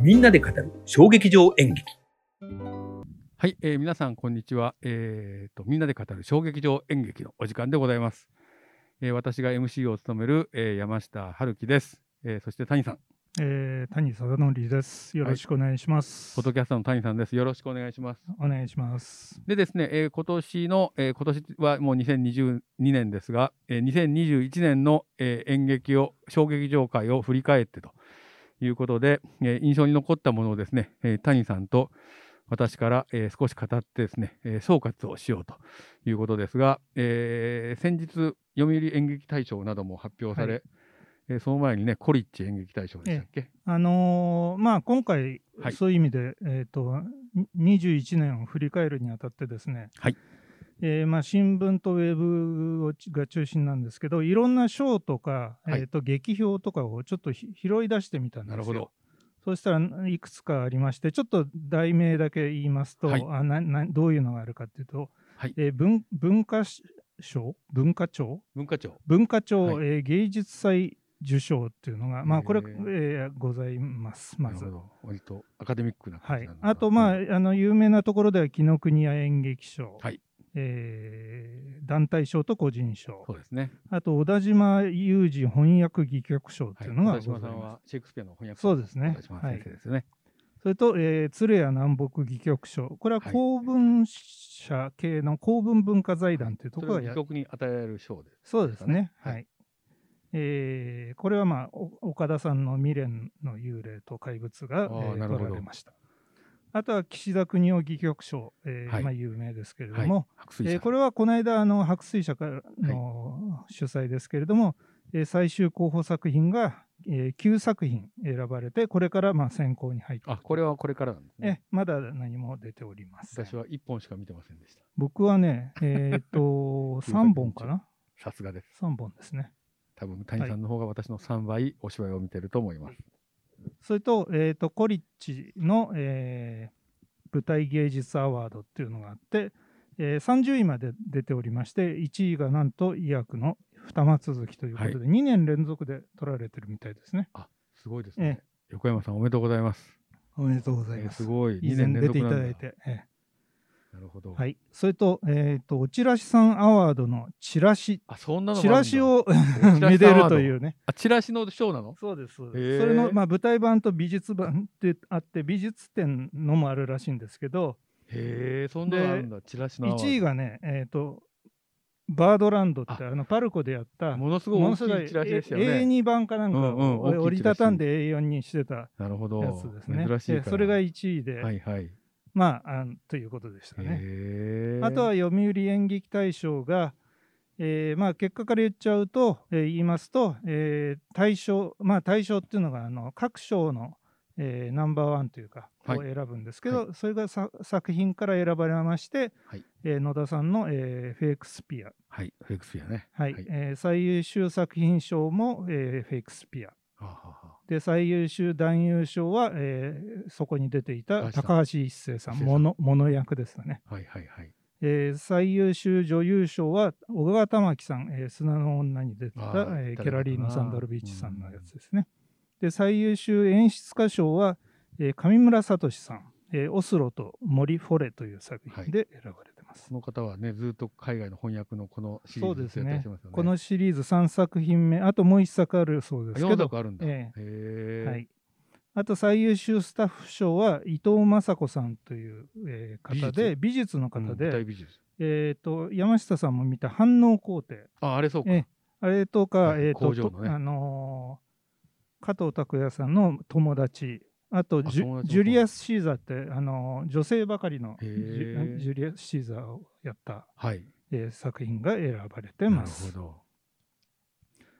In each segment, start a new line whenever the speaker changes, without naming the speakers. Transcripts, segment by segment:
みんなで語る小劇場演劇
はい、えー皆さんこんにちは、えーと。みんなで語る小劇場演劇のお時間でございます。えー私が MC を務める、えー山下春樹です、えーそして谷さん、
えー、谷貞則です。よろしくお願いします。
ポッドキャスターの谷さんです。よろしくお願いします。
お願いします。
でですね、えー今年の、えー今年はもう2022年ですが、えー2021年の、えー演劇を、小劇場会を振り返ってということで、えー印象に残ったものをですね、えー谷さんと私から、えー少し語ってですね、えー総括をしようということですが、えー先日、読売演劇大賞なども発表され、
は
えーその前にね、コリッチ演劇大賞でしたっけ、
あのーまあ今回、
はい
そういう意味で、えっ、とに21年を振り返るにあたってですね。
はい。
えーまあ新聞とウェブをが中心なんですけど、いろんな賞とか、
はい
えっ、と劇評とかをちょっとひ拾い出してみたんですよ。
なるほど。。
そうしたらいくつかありまして、ちょっと題名だけ言いますと、
はい
あななどういうのがあるかっていうと、
はい
えー文文化賞文化庁
文化庁。
文化庁、
は
えー芸術祭受賞っていうのが、ま
へ
あ、
ー
これ、えーございます、まず
なる。ほど。割とアカデミックな
は
感じ
い
なん、だ
あと、まあ
うん
あの、有名なところでは、紀ノ国屋演劇賞、
はい
えー団体賞と個人賞
そ、うですね。
あと、小田島裕二翻訳戯曲賞っていうのが
はい、
ご
小
ざい
田島
ます。
さんはシェイクスピアの翻訳
そうですね
小田島先生ですよね。
それと、えー、鶴屋南北戯曲賞、これは
はい
公文社系の公文文化財団というと
そ
こ
れ
ろ
を戯
がや
曲に与えられる賞です。
そうですね。はい。
は
えーこれはまあ、お岡田さんの未練の幽霊と怪物が、え
あー
ー
なるほど
取られました。あとは岸田邦夫戯曲賞、えー
はい
まあ、有名ですけれど
はい
も、。
白水
え
社
ーこれはこの間あの、白水社からの主催ですけれども、えー最終候補作品が、えー9作品選ばれて、これからまあ選考に入って
あ、これはこれからなんですね。
えまだ何も出ておりません。
私は一本しか見てませんでし
僕はね、えーっ と、3本かな
た。さすがです。
?3 本ですね。
多分谷さんの方が私の3倍お芝居を見てると思います。
それと、えーっと、コリッチの、えー舞台芸術アワードっていうのがあって、えー30位まで出ておりまして、1位がなんと医薬の二間続きということで、2年連続で取られてるみたいですね。
すごいですね。横山さんおめでとうございます。
おめでとうござい
え
ま
ーす
す。
ごい。
以
2
前
年連
出
続
てい
な
ただ
ん
い
だ。
て、え
なるほど。
えはい。それと、えーっと、おチラシさんアワードのチラシ、
あ、そんなのもあ
チ
るんだ
ラシ。を
チラシ
めで
ア
ると
ワー
い
ド。
うね。
あ、チラシの賞なの
そうです、そう
へ
で
え
す。それの、まあ、舞台版と美術版ってあって、美術展のもあるらしいんですけど、
へえ、そんなのあるんだ。チラシのアワード。
1位がね、えっ、と、バードランドって、
あ
あの、パルコでやった、
ものすごい大き
もの
い
す
チ
ご
ラ
い
シでしたよ
A-
ね。
A2 版かなんか
うんうん
を
大きいチラシ
折りたたんで A4 にしてた
なるほど。
やつですね。
珍しい
え
から。
それが1位で、
はいはい。
まああんということでしたね。
へえ
あとは、読売演劇大賞が、えーまあ、結果から言っちゃうと、えー言いますと、えー大賞、まあ、大賞っていうのがあの各賞の、えーナンバーワンというか、
はい
を選ぶんですけど、それがさ作品から選ばれまして、
はい
えー野田さんの、えーフェイクスピア、
はい、フェイクスピアね。
はいえー最優秀作品賞も、えーフェイクスピア
はあは
で最優秀男優賞は、えーそこに出ていた
高
高橋一生さ
一
ん
生さん
モノモノ役ですよね。
あはいはいはい。
えー最優秀女優賞は小川玉樹さん、えー砂の女に出て
あ
た、
ー
えー
誰だかな
ケラリーノ・サンダルビーチさんのやつですね。で最優秀演出家賞は、えー上村聡さん、えーオスロと森フォレという作品で選ばれてます。
その方はね、ずっと海外の翻訳のこのシリ
そ
ー
う
ズ
です
ずっとやっ
ね
てますよね。
このシリーズ3作品目、あともう1作あるそうですけ
4
ど、
作あるんだ。
え
へえ
はい、あと最優秀スタッフ賞は伊藤雅子さんという、えー方で、美術の
うん
方で、
舞台美術。
えー、と山下さんも見た反応工程。
あ、あれそうか。
ええあれとか、
はい
えーと
工場のね
とあのー加藤拓也さんの友達、あとジ
友達の
ュ
友
ジュリアス・シーザーって、あのー女性ばかりの
へ
ジ
ー
ュジュリアス・シーザーをやった、
はい。
えー作品が選ばれて
な
ま
るほ
す。
ど。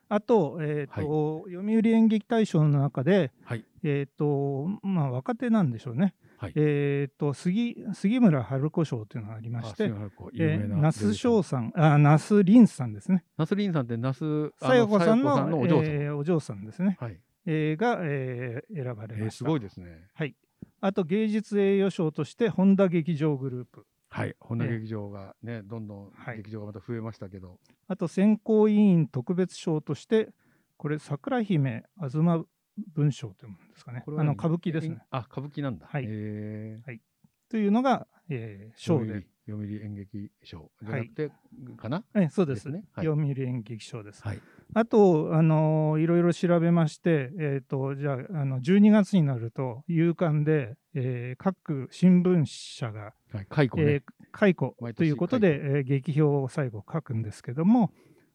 あと,、えーと読売演劇大賞の中で、
はい
えーとまあ、若手なんでしょうね、
はい
えー、と杉杉村春子賞というのがありま
あ、
し
す
て
み、ませんこう有
え
名
ー
な。
那須翔さん、あ那須凛さんですね。
那須凛さんって那須あ
さやこさん
小
の
夜子お嬢さん。
えーお嬢さんですね、
はい。
えーが、えー選ばれました、
えーすごいですね。
あと芸術栄誉賞として本田劇場グループ
はい。本田
ええ
劇場がね、どんどん
はい
劇場がまた増えましたけど。
あと選考委員特別賞としてこれ桜姫東文章というんですかね。
これは
あの
何
歌舞伎ですね。。
あ、歌舞伎なんだ。
はい
えー、
というのが、えー、賞で。
読売。読売演劇賞じゃなくて、かな
えそうです
ですねはい
読売演劇賞です。
はい。
あと、あのーいろいろ調べまして、えー、とじゃああの、12月になると、夕刊で、えー各新聞社が、
はい。解雇
えー
ね。
解雇
毎年
ということで、えー劇評を最後書くんですけども、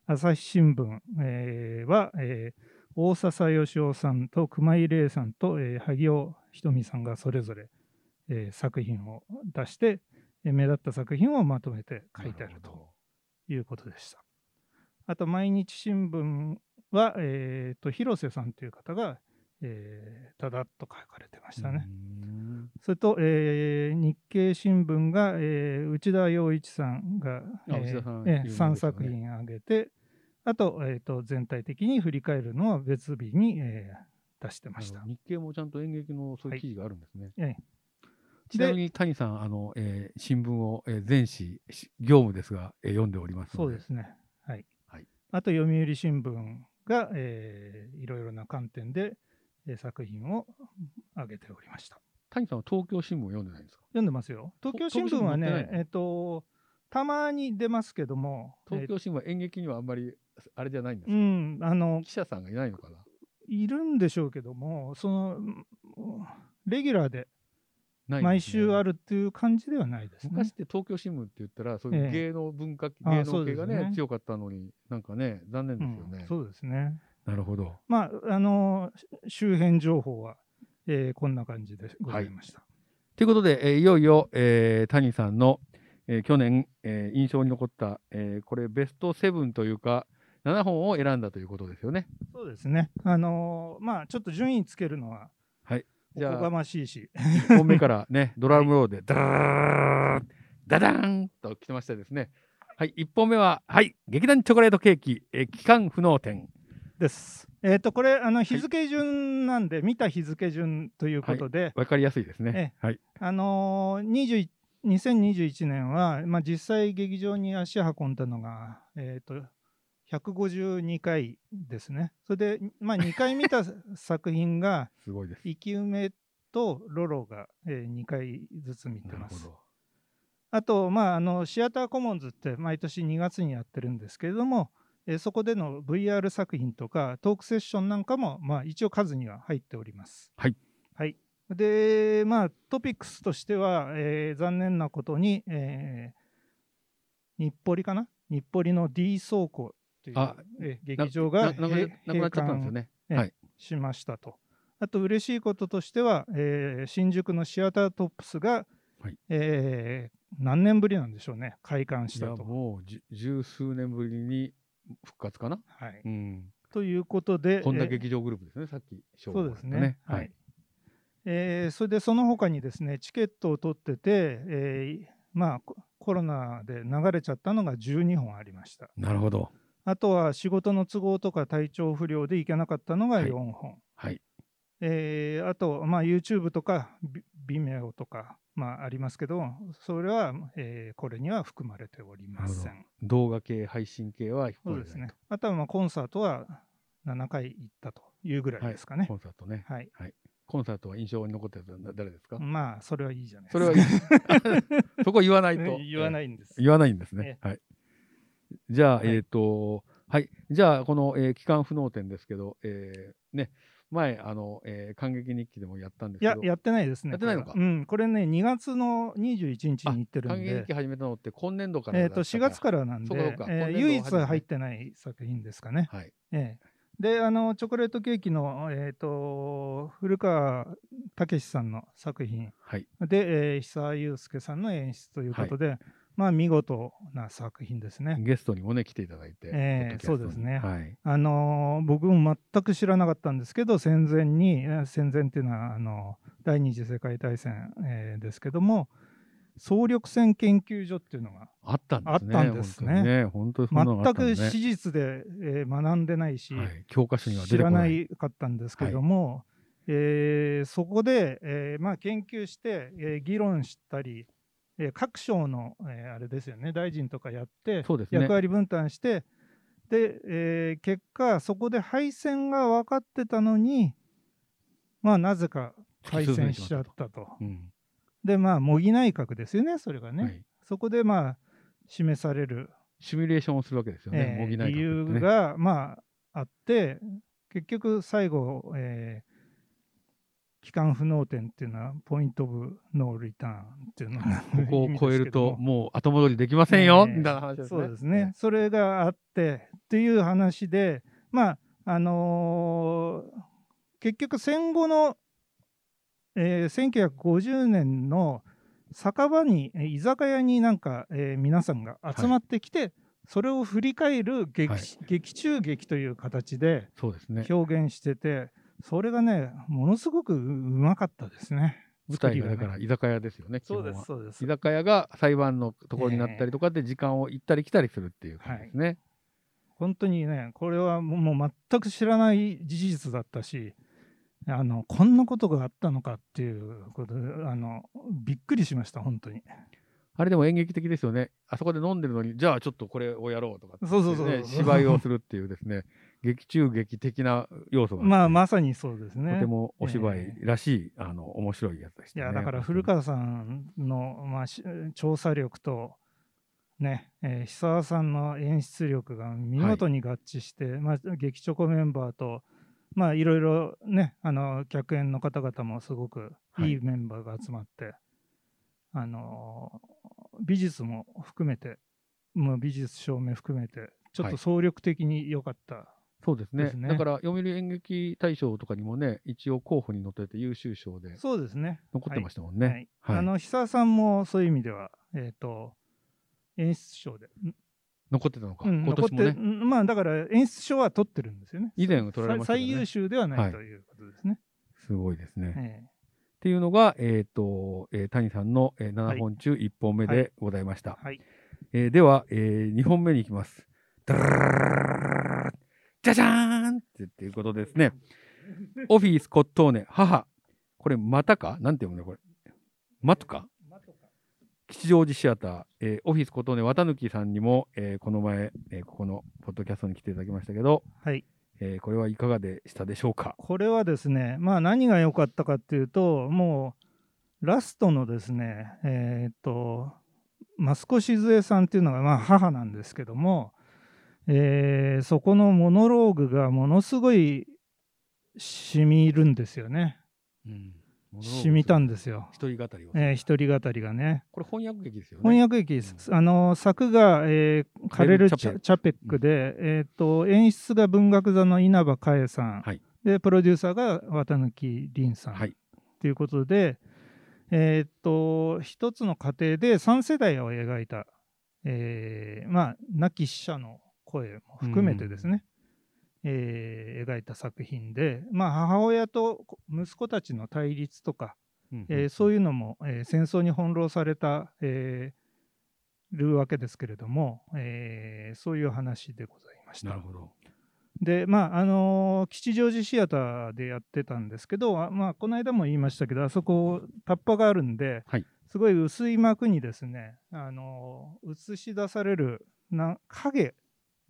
朝日新聞、えーは、えー大笹義雄さんと熊井玲さんと、えー萩尾ひとみさんがそれぞれ、えー作品を出して、えー目立った作品をまとめて書いてあると。いうことでした。あと、毎日新聞は、えーと広瀬さんという方が、えー、だだっと書かれてました
う
ね。
ーん。
それと、えー日経新聞が、えー内田洋一さんが、え
あ内田さん有名ですよね
3作品挙げて、あと,、えー、と全体的に振り返るのは別日に、えー出してました
あの。日経もちゃんと演劇のそういう記事があるんですね。
ええ
ちなみに谷さん、あの、えー新聞を、えー全紙し業務ですが、えー読んでおります
そ
の
う
で。
ですね。はい。
はい
あと、読売新聞が、えーいろいろな観点で、えー作品を上げておりました。
谷さんは東京新聞を読んでないんですか
読んでますよ。東京新聞はね、えっ、と、たまに出ますけども、
東京新聞は演劇にはあんまりあれじゃないんです
えー
か、
うん、あの、
記者さんがいないのかない
るんでしょうけども、その、うんレギュラーで
ない
毎週あ
る、
るっていう感じではないですね。
昔って東京新聞って言ったら、そういう
ええ
芸能文化、
あ
芸能系が
そうです
ね
ね
強かったのに、なんかね、残念ですよね。
うんそうですね。
なるほど。
まあ、あの、周辺情報は、えーこんな感じでございました。
ということで、えーいよいよ、えー谷さんの、えー去年、えー印象に残った、えーこれベスト7というか7本を選んだということですよね。
そうですね。あのーまあちょっと順位つけるのは
はい
お
じゃあ
こがましいし、
1本目から ねドラムローでダラララダダーンと来てましたですね。はい、1本目は、はい、劇団チョコレートケーキ、えー期間不能店。
です。えっ、とこれあの日付順なんで、見た日付順ということで、
わかりやすいですね。はい、
あのー、20 2021年は、まあ、実際劇場に足運んだのが、えー、と152回ですね。それで、まあ、2回見た作品が
すごいです。
「生き埋め」と「ロロ」が、え2回ずつ見て
なる
ま
ほ
す。
ど。
あと、まあ、あのシアターコモンズって毎年2月にやってるんですけれども、えーそこでの VR 作品とかトークセッションなんかも、まあ、一応数には入っております。
はい、
はい、で、まあ、トピックスとしては、えー残念なことに、えー日暮里かな日暮里の D 倉庫という
あ
えー
な
劇場が
ななくななくなっちゃったんですよね。
しましたと。あと嬉しいこととしては、えー新宿のシアタートップスが、
はい
えー何年ぶりなんでしょうね、開館し
い
た
や、
と。
もうじ十数年ぶりに復活かな。
はい、
うん。
ということ で、
こんな
えー
劇場グループですね、さっき紹
そ
介
うです
した
ね。はい、
はい。
えーそれでその他にですね、チケットを取ってて、えーまあ、ココロナで流れちゃったのが12本ありました。
なるほど。
あとは仕事の都合とか体調不良で行けなかったのが4本。
はい。
えーあと、まあ、YouTube とかビ Vimeo とか、まあ、ありますけどそれは、えーこれには含まれておりませ
なる
ん。
動画系、配信系は引っ
そ
張
う
れ
です
ない
ね。あとは、まあ、コンサートは7回行ったというぐらいですかね
コ。ンサートね。
はい。
コンサートは印象に残ってたのは誰ですか
まあ、それはいいじゃない
そ
で
れ
す
は
か。
いいそこは言わないと。。
言わないいんです。
言わないんですね。はい。じゃあ、えっと、はい。じゃあ、この、えー、機関不能展ですけど、えーね、前、あの、えー感激日記でもやったんです
い
けど
や、、やってないですね。
やってないのか
これはうん、これね、2月の21日に行ってる
感
ん
激日
で
記、始めたのって今年度から
え
だ
っ
った
と4月からなん
そうか
で
そうか、
えー
今年度
唯一
初めてね
入ってない作品ですかね。
ら。はい。
ええ、であのチョコレートケーキの、えー、と古川武史さんの作品
はい。
で、えー、久井祐介さんの演出ということで、まあ見事な作品ですね。
ゲストにもね、来ていただいて。
え
ポッ
え
ドキャストに
そうですね
はい。
あのー僕も全く知らなかったんですけど戦前にえー戦前っていうのはあの第二次世界大戦、えーですけども総力戦研究所っていうのが
あったんですね。
あったんですね
本当にね。本当にそんなのあ
全
ったんで
く
すね
史実で、えー学んでないし、
はい、教科書には出
知
てこ
ら
な。
ないいかったんですけども、えーそこで、えーまあ、研究して、えー議論したり、えー各省の、えーあれですよね大臣とかやって、
そうですね
役割分担してで、えー結果そこで敗戦が分かってたのに、まあ、なぜか敗戦しちゃったと。
うん
で、まあ、模擬内閣ですよね、それがね。
はい
そこで、まあ、示される、
シミュレーションをするわけですよね、
えー
模擬内閣
理
ってね
由が、まあ、あって、結局、最後、えー帰還不能点っていうのは、ポイント・オブ・ノー・リターンっていうのが
こ こを超えると、
意味ですけども
もう後戻りできませんよ、
ええ
みたいな話ですね。
そうですね。それがあってっていう話で、まああのー結局戦後の、えー1950年の酒場にえー居酒屋になんか、えー皆さんが集まってきて、それを振り返る劇,、
はい
劇中劇という形で
そうですね。
表現してて、それがねものすごくううまかったですね。
舞台がだ
作りが
か
ね
ら居酒屋ですよね、基本は
そうで
居酒屋が裁判のところになったりとかで時間を行ったり来たりするっていう感じですね。
本当にねこれはもうもう全く知らない事実だったしあのこんなことがあったのかっていうことであのびっくりしました本当に
あれでも演劇的ですよね。あそこで飲んでるのに、じゃあちょっとこれをやろうとかって
そうそうそう
ね、芝居をするっていうですね、劇中劇的な要素があって
まあまさにそうですね
とてもお芝
え
居らしい、あの面白いやつでし
い
た、ね。
やだから古川さんの、まあ、し調査力とね、えー久和さんの演出力が見事に合致して、まあ、劇チョコメンバーとまあいろいろねあの客演の方々もすごく
はい
いいメンバーが集まって、あのー美術も含めてもう美術照明含めてちょっ
はい
と総力的に良かった、
そうですね
ですね
だから読売演劇大賞とかにもね、一応候補に載ってて優秀賞で
そうですね
残ってま
し
したもん
た
ね。
はいあの久和さんもそういう意味ではえっ、と演出賞で
残ってたのか、
うん、
今年も
残っ
ね
て、うんまあだから演出賞は取ってるんですよね。
以前取られましたよ
最優
ね。
秀ではな
はいい
ということですね。
すごいですね。っ
え
ていうのが、えっ、と、えー谷さんの、えー7本中1本目
はい
でございました。
えはい。
えーでは、え2本目に行きます。ダララララララララじゃじゃーんってっていうことですね。オフィス・コットーネ、母。これ、またかなんて読むのこれ。まとか吉祥寺シアター、えーオフィス・コットーネ、綿貫さんにも、えーこの前、えーここのポッドキャストに来ていただきましたけど、
はい。
えーこれはいかがでしたでしょうか。
これはですね、まあ何が良かったかっていうと、もうラストのですね、えーっと、益子静江さんっていうのがまあ母なんですけども、えーそこのモノローグがものすごい染み入るんですよね。染みたんですよ。
一人語りを、
えー一人語りがね。
これ翻訳劇ですよね。
翻訳劇です、あの作が、えーカレル・チ
チャペ
ャチャペックで、えー、と演出が文学座の稲葉佳恵さん、
はい
でプロデューサーが綿貫凛さんと、
はい
い、うことで、えー、と一つの家庭で3世代を描いた、えーまあ、亡き死者の声も含めてですね、えー描いた作品で、まあ、母親と息子たちの対立とかえーそう
い
いうのも、えー戦争に翻弄された、えーるわけですけれども、えーそういう話でございまし
なる
た。
ほど。
でまああのー吉祥寺シアターでやってたんですけど、あまあ、この間も言いましたけどあそこタッパがあるんで、
はい
すごい薄い幕にですね、あのー映し出されるな影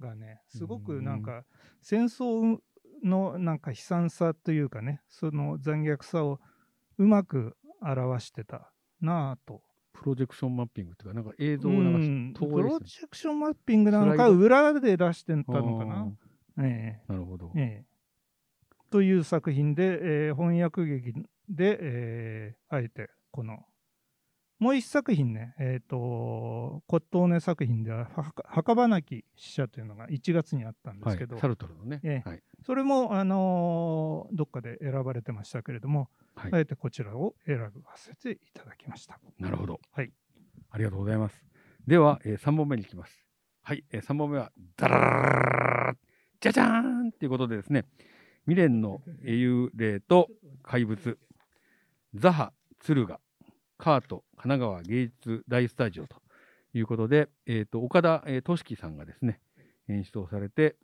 がねすごくなんか戦争のなんか悲惨さというかねその残虐さをうまく表してたなぁと。
プロジェクションマッピングっていうか、なんか映像を
う
流し
ん
遠
プ
いですね
ロジェクションマッピングなの
スラ
か
イド
裏で出して
た
たのかな。ええ
なるほど。
ええという作品で、えー翻訳劇で、えーあえてこのもう一作品ね、えー、と骨董ね作品でははか墓場なき死者というのが1月にあったんで
は
す
い
けど、、
サルトルのね、
ええ
はい、
それも、あのーどっかで選ばれてましたけれども、
はい
あえてこちらを選ばせていただきました。
なるほど、
はい、
ありがとうございます。では、えー、3本目に行きます。はい、えー、3本目は、ダララララララじゃじゃーんということでですね、未練の幽霊と怪物、ザハ、敦賀、カート、神奈川芸術大スタジオということで、えー、と岡田えー俊樹、さんがですね、演出をされて、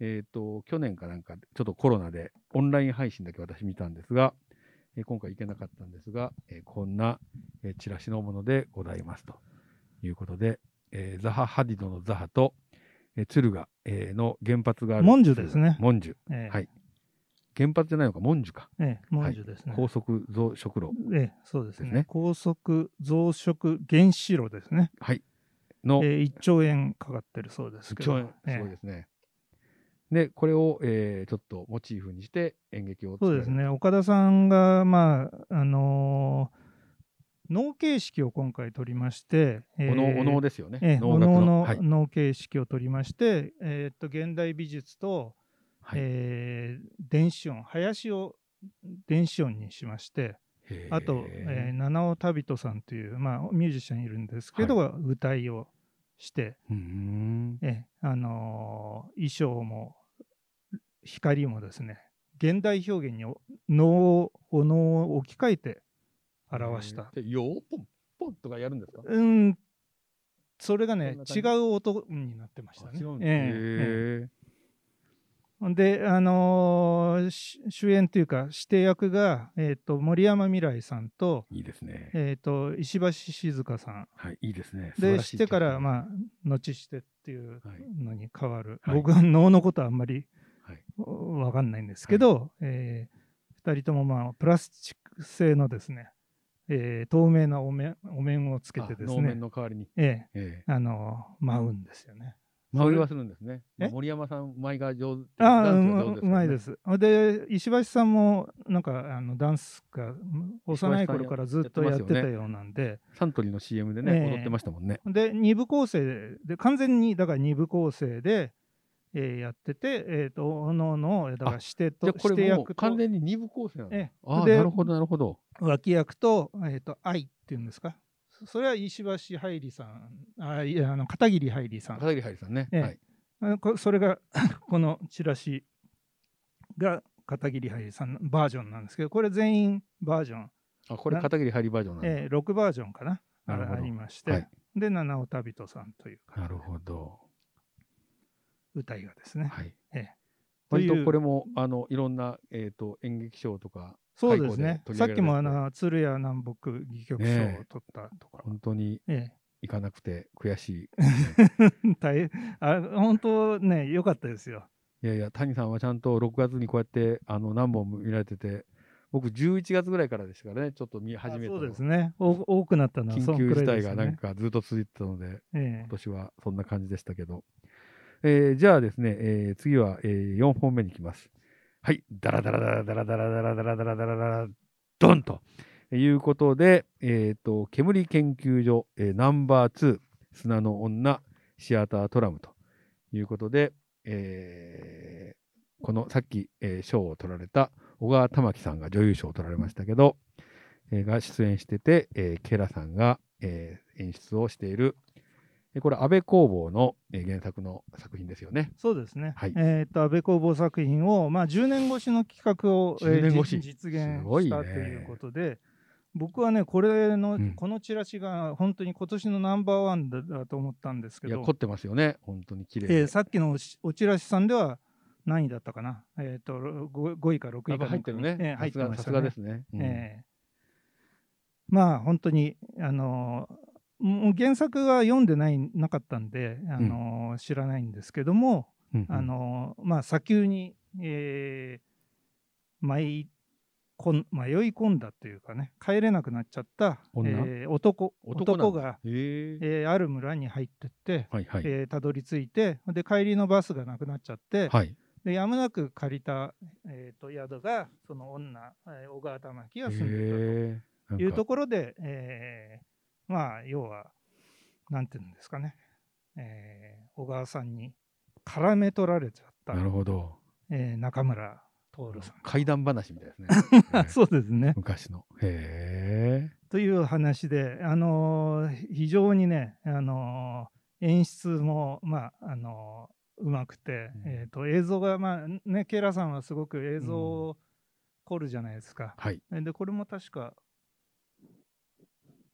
えー、と去年かなんか、ちょっとコロナでオンライン配信だけ私見たんですが、えー今回行けなかったんですが、えーこんな、えーチラシのものでございますということで、えーザハ・ハディドのザハと、えー、敦賀、えーの原発がある
モンジュですね
モンジュ
ええ
はい原発じゃないのか、文殊か、
ええ、文殊ですね。
高速増殖炉
ええ、そうですね。
ですね
高速増殖原子炉ですね。
の
ええ、1兆円かかってるそうです
す
けど。
ごい
え
そう
え
ですね。で、これを、えーちょっとモチーフにして演劇を
そう
作られる
です。ね。岡田さんが、まあ、あのー脳形式を今回取りまして、ええ
お能、お能ですよね。
ええ、お
楽
能の
はい。
脳形式を取りまして、えーっと現代美術と、
はい
えー電子音林を電子音にしまして
へー
あと、えー七尾旅人さんという、まあ、ミュージシャンいるんですけど、歌いをして、
うーん。
えーあのー衣装も光もですね現代表現にお能をお能を置き換えて表した
でよーポンポンとかやるんですか。
うん、それがね、
そ
違
んな
う音になってました
あ
ね。
違うんですね
えええ
へー
えほんで、あのーし主演というか、指定役が、えっと森山未来さんと,、
いいですね。
えっと石橋静香さん。
はい、いいですね。
で、してから、
あ、
まあ、後してっていうのに変わる。
はい
僕は能のことはあんまり
はい
わかんないんですけど、え2人とも、まあ、プラスチック製のですね、えー透明なお面お面をつけてです
能
ね
面、の代わりに。
ええ
ええ。
あの舞うんですよね。
舞いはするんですね。
え
森山さん、舞が上手。
ああ、
ダ
う
ンスが
ま
上手
うまいですす。で、石橋さんも、なんか、あのダンスが、幼い頃からずっとやってたようなんで、
よね。サントリーの CM でね、
え
踊
え
ってましたもんね。
で、二部構成で完全に、だから二部構成で、えーやってて、えっ、と、おのおの、だから
あ
指定と、
じゃあこ
指定
れも
役
う
と
完、全に二部構成なんだ
ええ
ああ、
で
なるほど、なるほど。
脇役と、えっ、と、愛っていうんですか。そそれは石橋はいりさん、あいやあの片桐はいりさん
片桐はいりさんね。
ええ
はい。
あこそれが このチラシが片桐はいりさんのバージョンなんですけどこれ全員バージョン、
あ、これ
な
片桐はいりバージョンなんだ。
えー6バージョンかな
な
あ
るほど
ありまして、
はい
で七尾旅人さんという
なるほど。
歌いがですね、
はい。
ええ
割
とい
と
う
これも、あの、いろんな、えっと、演劇賞とか、
そうですね
最高で取り上げら
さっ
れて
きもあの鶴屋南北戯曲賞を取ったとか、
本当に
え
行かなくて悔しい。
え 大変あ本当ね良かったですよ
いやいや、谷さんはちゃんと6月にこうやって、あの、何本も見られてて、僕11月ぐらいからでしたからね、ちょっと見
あ
始めた
そう
の
ですねお多くなったのはそ
緊急
のくら
事態
いですよ
が
ね
なんかずっと続いてたので、
え
今
え
年はそんな感じでしたけど。えーじゃあですね、えー次は、え4本目に行きます。はい。ダラダラダラダラダラダラダラダラダラダラ、ドンということで、えっ、と、煙研究所、えーナンバー2、砂の女、シアタートラムということで、えーこのさっき、えー賞を取られた小川玉樹さんが女優賞を取られましたけど、えーが出演してて、えーケラさんが、えー演出をしている、えーこれ、安倍工房の、えー原作の作品ですよね。
そうですね。
はい
えっ、と、安倍工房作品を、まあ、10年越しの企画を、えー
10年越し
じ実現
すごい
し
ね
たということで、僕はね、これの、
うん
このチラシが本当に今年のナンバーワンだだと思ったんですけ
いや、
ど
凝、ってますよね。本当に綺麗で
えーさっきのおしおチラシさんでは何位だったかな、えー、と 5, 位か6位か
やっぱ
な
入
ん
っ
か
てる
に
ね。
えー入ってま
さ
し
す
た
が
ね。
ですね。うん
えーまあ、本当に、あのーもう原作は読んでないなかったんで、あのー知らないんですけども、
うんうん
あのまあ砂丘に、えー迷いこん迷い込んだというかね帰れなくなっちゃった、
女
えー男
男なんだ
が、
へー
えーある村に入ってって、
はいはい。
えーたどり着いてで帰りのバスがなくなっちゃって、
はい。
でやむなく借りた、えーと宿がその女、えー小川玉木が住んでた
へーな
と
ん
いう
か
ところで、えーまあ要はなんていうんですかね、えー小川さんに絡め取られちゃった
なるほど。
えー中村徹さん。
怪談話みたい ですね
あ。そうですね。
昔の。へえ。
という話で、あのー非常にね、あのー演出も、まああのーうまくて、
うん
えー、と映像が、まあね、ケイラさんはすごく映像を凝るじゃないですか。
はい。
で、これも確か、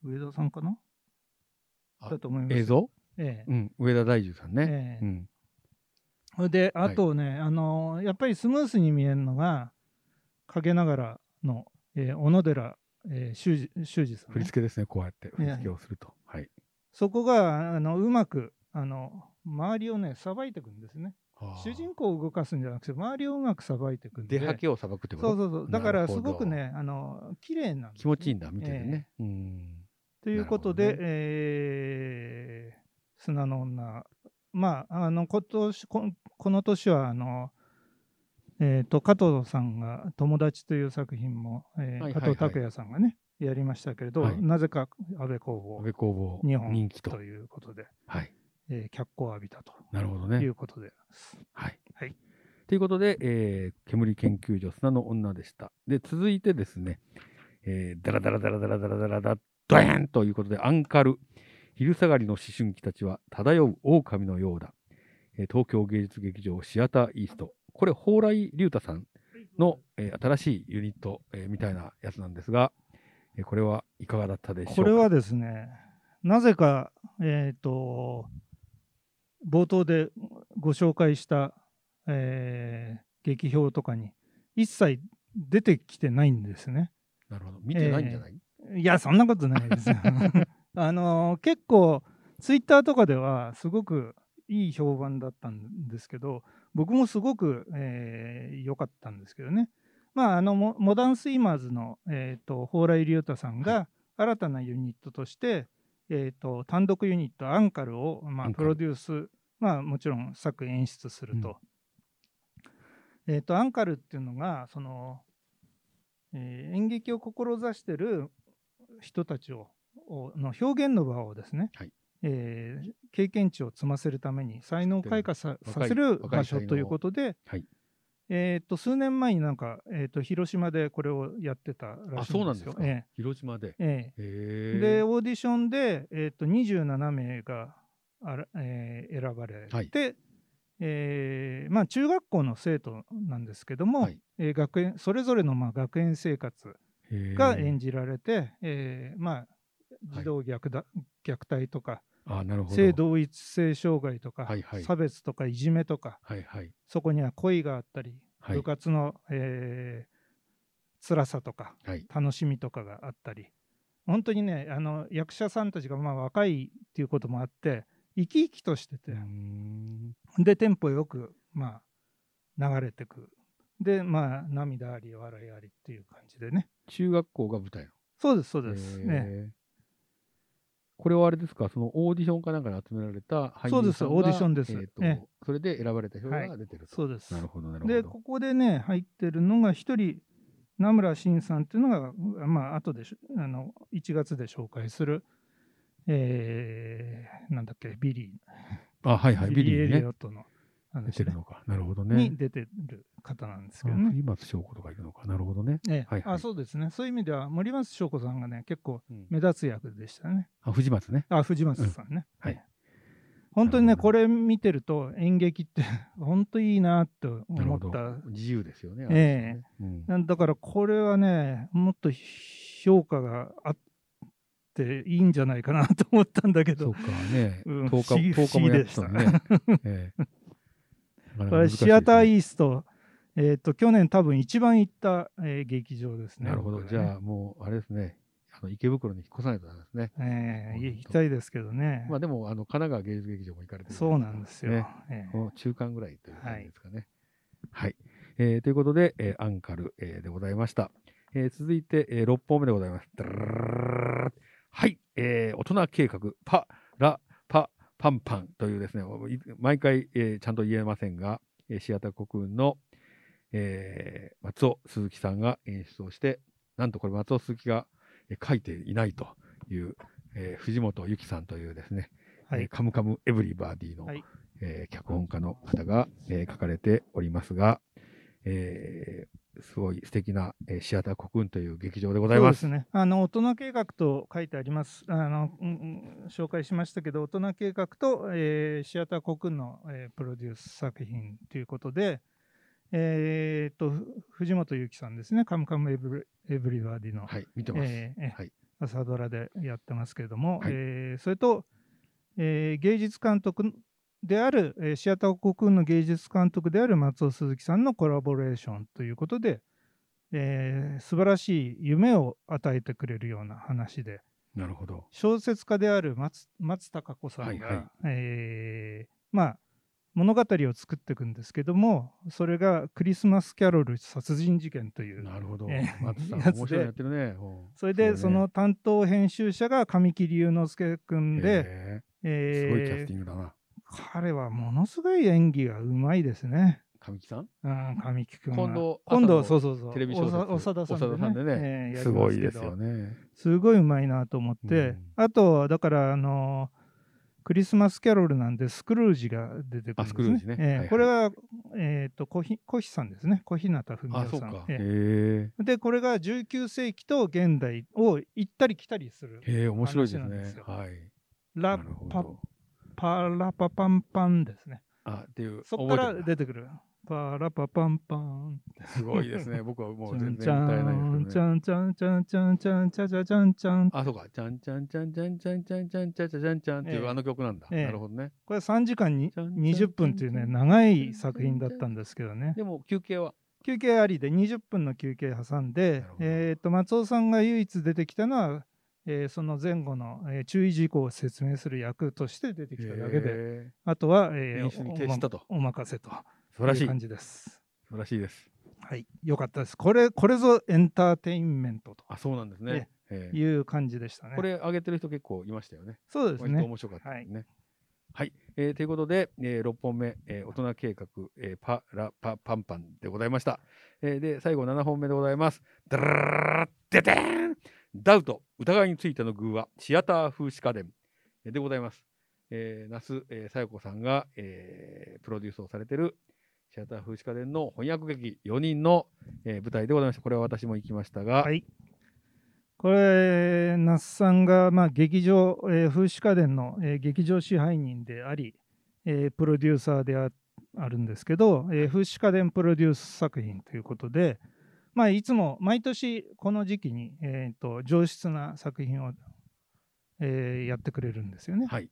上田さんかな
あ
だと思います。
映像
ええ
うん。上田大樹さんね。
え
う
え
ん。
それで、あとね、あのーやっぱりスムースに見えるのが、陰ながらの、えー小野寺、えー修二修二さん、ね。
振り付けですね。こうやって振り付けをすると。はい。
そこがあのうまくあの周りをねさばいていくんですね。
あはあ
主人公を動かすんじゃなくて周りをうまくさばいていくんで
出はけをさばくってこと
そうそうそうだか
な
ら
る
す
ほど
ごくねあの綺麗なんですね
気持ちいいんだ見ててね、うん
ということで、
なるほ
えー砂の女、まあ、あの今年ここの年はあの、えー、と加藤さんが「友達」という作品も、えー
はいはいはい
加藤拓也さんがねやりましたけれど、
はい
なぜか安倍
安
公
倍工
日
房
本
人気
房
と
ということで、
はい
えー脚光を浴びた
なるほど
と
ね
いうことで、
はい。
はい
ということで、えー煙研究所砂の女でした。で、続いてですね、えー、ダラダラダラダラダラダラダ、ドヤンということで、アンカル、昼下がりの思春期たちは漂う狼のようだ、えー東京芸術劇場シアターイースト。これ、蓬莱竜太さんの、えー新しいユニット、えーみたいなやつなんですが、えーこれはいかがだったでしょうか
これはですねなぜか、えー、と冒頭でご紹介した、えー劇評とかに一切出てきてないんですね。
なるほど。見てないんじゃない、
いやそんなことないです よ。あの結構ツイッターとかではすごくいい評判だったんですけど僕もすごく良、えー良かったんですけどね、まあ、あのモモダンスイマーズの、えー、と蓬莱竜太さんが新たなユニットとして、えー、と単独ユニットアンカルを、ま
ア
あ、
ンカ
プ
ル
ロデュース、まあ、もちろん作演出すると。えー、とアンカルっていうのがその、えー演劇を志してる人たちををの表現の場をですね、
はい
えー経験値を積ませるために才能を開花さ
知ってる
させる
若い
場所ということで、
才能はい
えー、と数年前になんか、えー、と広島でこれをやってたらしいんですよ。
あそうなんですか
え
広島で。
えええ
へ
で
ー
オーディションで、えー、と27名があら、えー選ばれて、
はい
えーまあ、中学校の生徒なんですけども、
はい
えー学園それぞれのまあ学園生活、
へー
が演じられて、えーまあ、児童虐だ、虐待とか
あ、なるほど。
性同一性障害とか、
はいはい
差別とかいじめとか
はいはい。
そこには恋があったり、
はい
部活の、えー辛さとか
はい。
楽しみとかがあったり本当にねあの役者さんたちがまあ若いっていうこともあって生き生きとしてて、でテンポよく、まあ、流れてくでまあ涙あり笑いありっていう感じでね
中学校が舞台
そうですそう
なの
です、
へー
ね
これはあれですか、そのオーディションかなんかで集められた俳優さんが
そうですオーディションです
えーと
ええ
それで選ばれた人が出てると。
そうです
なるほど、なるほど。
でここでね入ってるのが一人名村慎さんっていうのがうまあ後でしあの1月で紹介する、えーなんだっけビリ
あ、はいは
ー、
い、ビリ
エ
ー
リ
ね
オ。ットの
出
話
て
ね、
るのか。なるほどね。
に出てる方なんです
あ
けどね。
藤松翔子とかいるのか。なるほどね。
ええ
はいはい
あそうですねそういう意味では森松翔子さんがね結構
うん
目立つ役でしたね。
あ、藤松ね。
あ藤松さんね。
はい
ええ本当にね
なるほ
これ見てると演劇って本当いいなと
なる
思
ほ
っ
ど
た。
自由ですよね。
ええ
ある種ね
なんだからこれはねもっと評価があっていいんじゃないかなと思ったんだけ
うん。そ
ど
うかね。
うん
10
不思議
日、10日もやってたのね。ええなかな
こ
か
れ
難しいですね
シアターイースト、えー、と去年多分一番行った、えー劇場ですね。
なるほど、
僕
じ
がね
ゃあもうあれですね、あの池袋に引っ越さないとダメですね。
えー行きたいですけどね、
まあでも、あの神奈川芸術劇場も行かれてる
そうなんですよ。
ね
え
この中間ぐらいという感じですかね。はい、えーということで、えーアンカル、えーでございました。えー続いて、え6本目でございます。ダラララララはい、えー大人計画、パ、ラ、パ、パンパンというですね、い毎回、えーちゃんと言えませんが、えーシアター国運の、えー松尾鈴木さんが演出をして、なんとこれ松尾鈴木がえー書いていないという、えー藤本由紀さんというですね、
ーは
えー
い、
カムカムエブリバディの、
はい
えー脚本家の方が、えー書かれておりますが、えーすごい素敵な、えーシアターコクーンという劇場でござい
そう
ま。
ですすね。あの大人計画と書いてあります。あの、うんうん紹介しましたけど、大人計画と、えーシアターコンの、えープロデュース作品ということで、えー、とふ藤本勇樹さんですね。カムカムエブリエブリバディの、
はい、見てます。
えーえー
はい
朝ドラでやってますけれども、
はい
えーそれと、えー芸術監督である、えーシアターコンの芸術監督である松尾鈴木さんのコラボレーションということで。えー素晴らしい夢を与えてくれるような話で
なるほど。
小説家である松松たか子さんが、
はいはい
えーまあ物語を作っていくんですけどもそれが「クリスマス・キャロル殺人事件」という
なるほど。
え
松さん、
やつで
面白いのやってるね。うん
それでそ、の担当編集者が神木隆之介君
ね
で、
へえ
えー
すごいキャスティングだな。
彼はものすごい演技がうまいですね。
神木さん
うん、神木君は
今度
今度
朝の
そうそうそう
テレビ小説
おさ長田さんでね
長田さんでね
えー
すごいです
やり
よ
まけど
ね。
すごいうまいなと思って、
うん
あとだからあのクリスマスキャロルなんでスクルージが出てくるんですね
あスクルージね
えー
はいはい
これは、えー、と小ひ小日さんですね小日向文
あ、
世
そう
さん
か。
え
へ
ーでこれが19世紀と現代を行ったり来たりする
え。へえ、面白いです
話なんです
ね
よ。
はい。
ラ
なるほ
パ
ど。
パラパパンパンですね
あ、っていう。
そこか
覚
ら
えてるな
出てくるパラパパンパン
すごいですね。僕はもう全
ちゃ
然歌えない
ん
です
ち
けどね。
ゃんちゃんちゃんちゃんちゃんちゃんちゃんちゃんちゃん
あ、そうか。ちゃんちゃんちゃんちゃんちゃんちゃんちゃんちゃんちゃんちゃんちゃんってい
ええ
うあの曲なんだ。
ええ
なるほどね。
これ3時間に
ちゃんちゃん
20分っていうね長い作品だったんですけどね
でも休憩は。
休憩ありで20分の休憩挟ん
な
で
るほど
えーと松尾さんが唯一出てきたのはえーその前後のえー注意事項を説明する役として出てきただけで
へえ
あとはえー
演出に徹したと
おお任せと
素晴らし
い。
いう
感じです
素晴らしいです。
はい良かったですこれこれぞエンターテインメントと
あ、そうなんですね。ええ
いう感じでしたね
これ上げてる人結構いましたよね。
そうです
割と
ね
面白かったですね。はい、えーということで、え6本目、えー大人計画、えーパラパパンパンでございました。えーで、最後7本目でございます。ダラララララデデーンダウト、疑いについての偶話、シアター風刺家電えーでございます。えー、那須えー小夜子さんが、えープロデュースをされてるシアター風刺家電の翻訳劇4人の、えー舞台でございました。これは私も行きましたが、
はい。これ、那須さんが、まあ、劇場、えー風刺家電の、えー劇場支配人であり、えープロデューサーでああるんですけど、えー風刺家電プロデュース作品ということで、まあ、いつも毎年この時期に、えー、と上質な作品を、えーやってくれるんですよね。
はい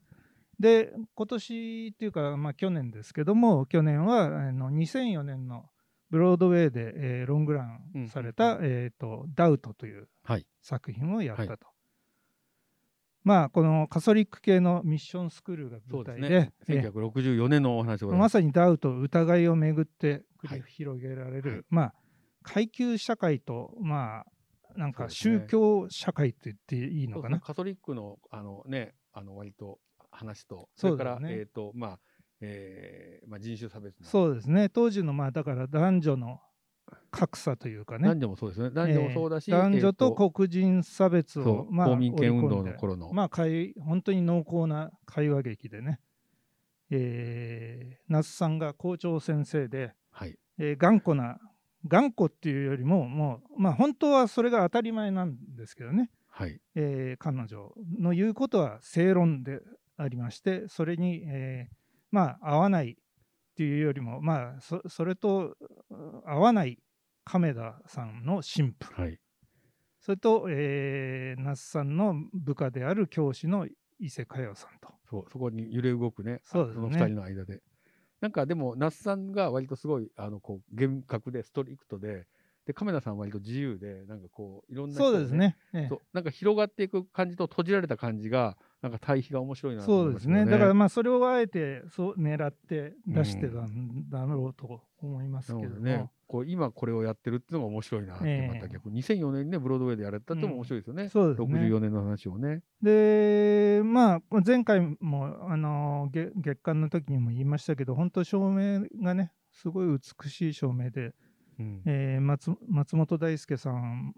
で今年っていうか、まあ、去年ですけども去年はあの2004年のブロードウェイで、えーロングランされた
う
「えー、とダウト」という
はい
作品をやったと、
は
まあこのカソリック系のミッションスクールが
そ
舞
うで
台
す
で
ね。
えー
1964年のお話でござい
ま
ます。
さにダウト疑いをめぐって繰り広げ
は
られる、
いはい
まあ階級社会とまあなん
そう
か
ですね
宗教社会と言っていい
そ
の
う
か
ですね
な
カトリックのあのねあの割と話とそ
そ
れ
う
か
だよ
ら、
ね
えっ、とまあ、えーまあ人種差別の
そうですね当時のまあだから男女の格差というかね
男女もそうですね男女もそうだし、
えー男
えー
女と黒人差別
そう
を、まあ、
公民権運動
織り込ん
の
で
頃の、
まあかい本当に濃厚な会話劇でね、えー、那須さんが校長先生で、
はい
えー頑固な頑固っていうよりももう、まあ、本当はそれが当たり前なんですけどね、
はい
えー彼女の言うことは正論でありましてそれに、えーまあ合わないっていうよりもまあそそれとうん合わない亀田さんの神父
はい
それと、えー那須さんの部下である教師の伊勢佳代さんと。
そうそこに揺れ動くねあ
そうですね
の二人の間でなんかでも那須さんが割とすごいあのこう厳格でストリクトでで亀田さんは割と自由でなんかこういろんな人
そう
が
ですね。ええ
そうなんか広がっていく感じと閉じられた感じがなんか対比が面白いなと
そ
思いうま
です
すよね
ね。だからまあそれをあえてそう狙って出してたんだろうと思います
な
け
の
ど
で
も、
ね、こう今これをやってるっていうのが面白いなって、
ええ
また逆に2004年にね、ブロードウェイでやられたってのも面白いですよね。
そうですね。
64年の話をね。
でまあ前回もあのげ月間の時にも言いましたけど本当照明がねすごい美しい照明で、
うん
えー松松本大輔さん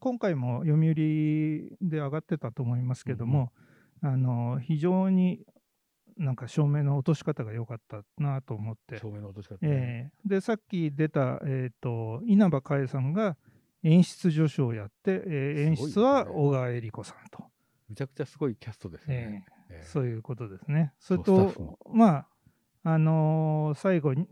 今回も読売で上がってたと思いますけども、あの非常になんか照明の落とし方が良かったなと思って
照明の落とし方、ね
えーでさっき出た、えー、と稲葉佳恵さんが演出助手をやって、えー演
すごいです
出
ね
は小川恵理子さんと、
めちゃくちゃすごいキャストですよね。ええ
そういうことですね。それ
スタッフ
と
も
まああのー最後に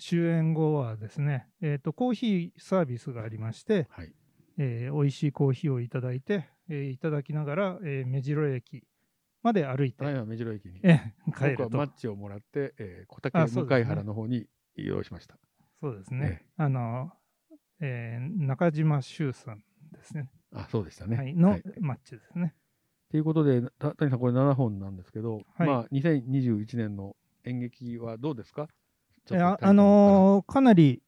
終演後はですね、えー、とコーヒーサービスがありまして、
はい
えー美味しいコーヒーをいただいて、えーいただきながら、えー目白駅まで歩いて、
ただいま目白駅に。
えー帰
僕
る
は
と
マッチをもらって、えー、小
あそ
竹向
うですね
原の方に移動しました。
そうですね、
え
あのーえー中島周さんですね
あ、そうでしたね。
はい、の、
はい
マッチですね。
ということで、た谷さん、これ7本なんですけど、
はい
まあ、2021年の演劇はどうですか
えああのーかなり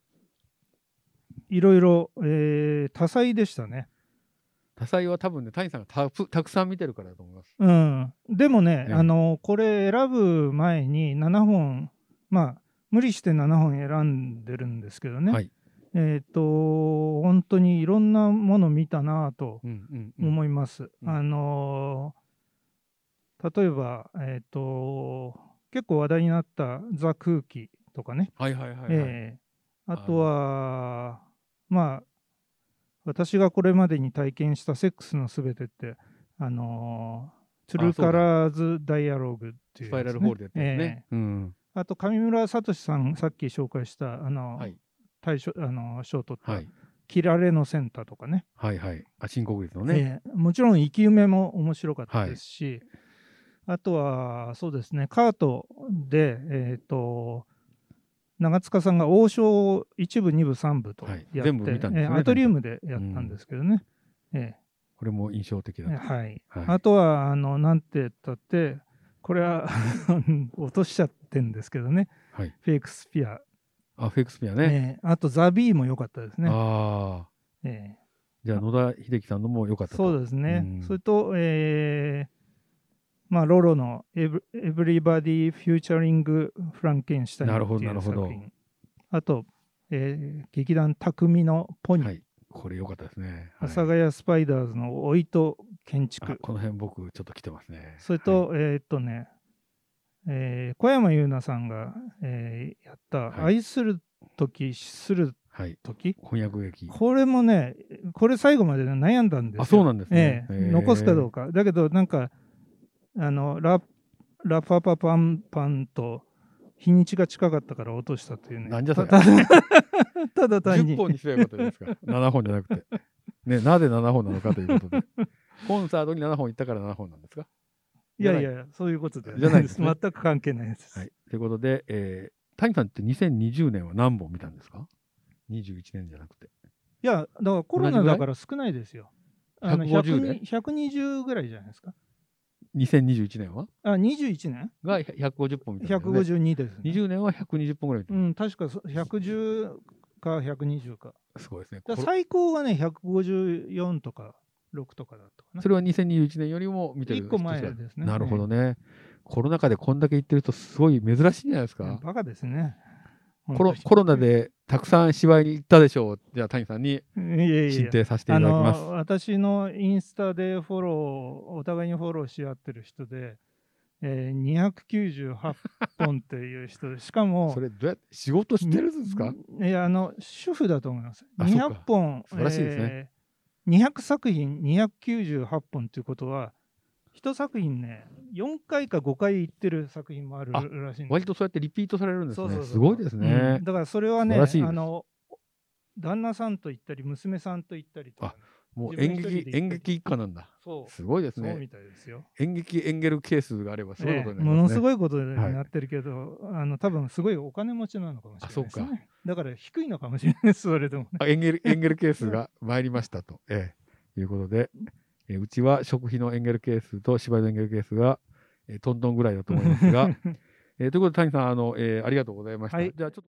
いろいろ、えー多彩でしたね。
多彩は多分ね、谷さんがたくたくさん見てるからだと思います。
うん、でもね、
ね
あのーこれ選ぶ前に7本まあ無理して7本選んでるんですけどね、
はい
えっ、と本当にいろんなもの見たなぁと
うんうんうん
思います。
うん
あのー例えば、えっ、と結構話題になった「ザ・空気」とかね、
はいはいはいはい。
ええあとはまあ私がこれまでに体験した「セックスのすべて」ってあのートゥルーカラーズ・ダイアログ」っていう
スパ
やつね、
イラルホールでやってるね。
え
うん。
えあと上村聡さんさっき紹介したあの、
はい
大賞あの賞を取った、
はい。
キラレのセンター」とかね
はいはい。あ、新国立のね。
ええもちろん生き埋めも面白かったですし、あとはそうですねカートで、えー、と長塚さんが王将を一部二部三部とや
は
っ
い
て、
全部見たんですよね
ええアトリウムでやったんですけどね、え
これも印象的
え
だった。
はい
はい
あとはあのなんて言ったってこれは 落としちゃってんですけどね
はい。
フェイクスピア、
あ、フェイクスピア
え
ね。
えあとザ・ビーも良かったですね、
ああ。
ええ
じゃあ、野田秀樹さんのも良かったと。
そうですね、
うん
それと、えーまあ、ロロのエブ「エブリバディ・フューチャリング・フランケンシュタイン」ってい
なるほ
う
どな
作
るほ
品あと、えー劇団匠のポニー、
はい。これ良かったですね。
阿
はい
佐ヶ谷スパイダーズのおいと建
あ
築
この辺僕ちょっと来てますね。
それと、えーっとね、えー小山優奈さんが、えーやった「
はい
愛する時する
はい、はい。
時
翻訳劇。
これもね、これ最後までね悩んだんですよ。
あそうなんですね
ええ
へえ
残すかどうか。だけど、なんか、あの、ララパパパンパンと日にちが近かったから落としたというね。
なんじゃそりゃ
ただ ただ単
10
に。
本にすればよかったじゃないで すか。7本じゃなくて。ね、なぜ7本なのかということで。コンサートに7本行ったから7本なんですか。
いやいやいや、そういうことで
じゃないですね
全く関係ないです。
はい。ということで、えー、谷さんって2020年は何本見たんですか ?21 年じゃなくて。
いや、だからコロナだから少ないですよ。あの
150
100 120ぐらいじゃないですか。
2021年は
あ、21年
が150本見たんだよね。
?152です、ね。
20年は120本ぐらい見た
う。ん、確かそ110か120か。
すごいですね。
だから
これ
最高はね、154とか6とかだったかな。
それは2021年よりも見てる
一個前ですね
なるほどね。コロナ禍でこんだけ行ってるとすごい珍しいんじゃないですか。
バカですね。
コロ
本当に
コロナ。でたくさん芝居に行ったでしょう。じゃあ谷さんに
いやいやい
進
や
呈させてい
あ
ただきます。
の私のインスタでフォローをお互いにフォローし合ってる人で、えー、298本っていう人しか も
それどうやって仕事してるんですか、
いやあの主婦だと思います
あそうか
200本
素晴らしいですね、
えー200作品298本ということは一作品ね4回か5回行ってる作品もある
あ
らしいんです
割とそうやってリピートされるんですね。
そうそうそう
すごいですね
うん、だからそれはね
素晴らしいです
あの旦那さんと行ったり娘さんと行ったりとかね、
もう
自分
演
一人で行って
劇、演劇一家なんだ。
そう
すごいです
そう
ね
み。たいですよ、
演劇エンゲルケースがあればすごいこと
え
になり
えもの
ます
す
ね。
ごいことになってるけど、あの多分すごいお金持ちなのかもしれないです、ね、
あそう
だから低いのかもしれないですそれでもね、
あエンゲルエンゲルケースが参りましたと、ええいうことで、えうちは食費のエンゲルケースと芝居のエンゲルケースが、 えー、トントンぐらいだと思いますが、えーということで谷さんあの、えーありがとうございました。
はい
じゃあちょっと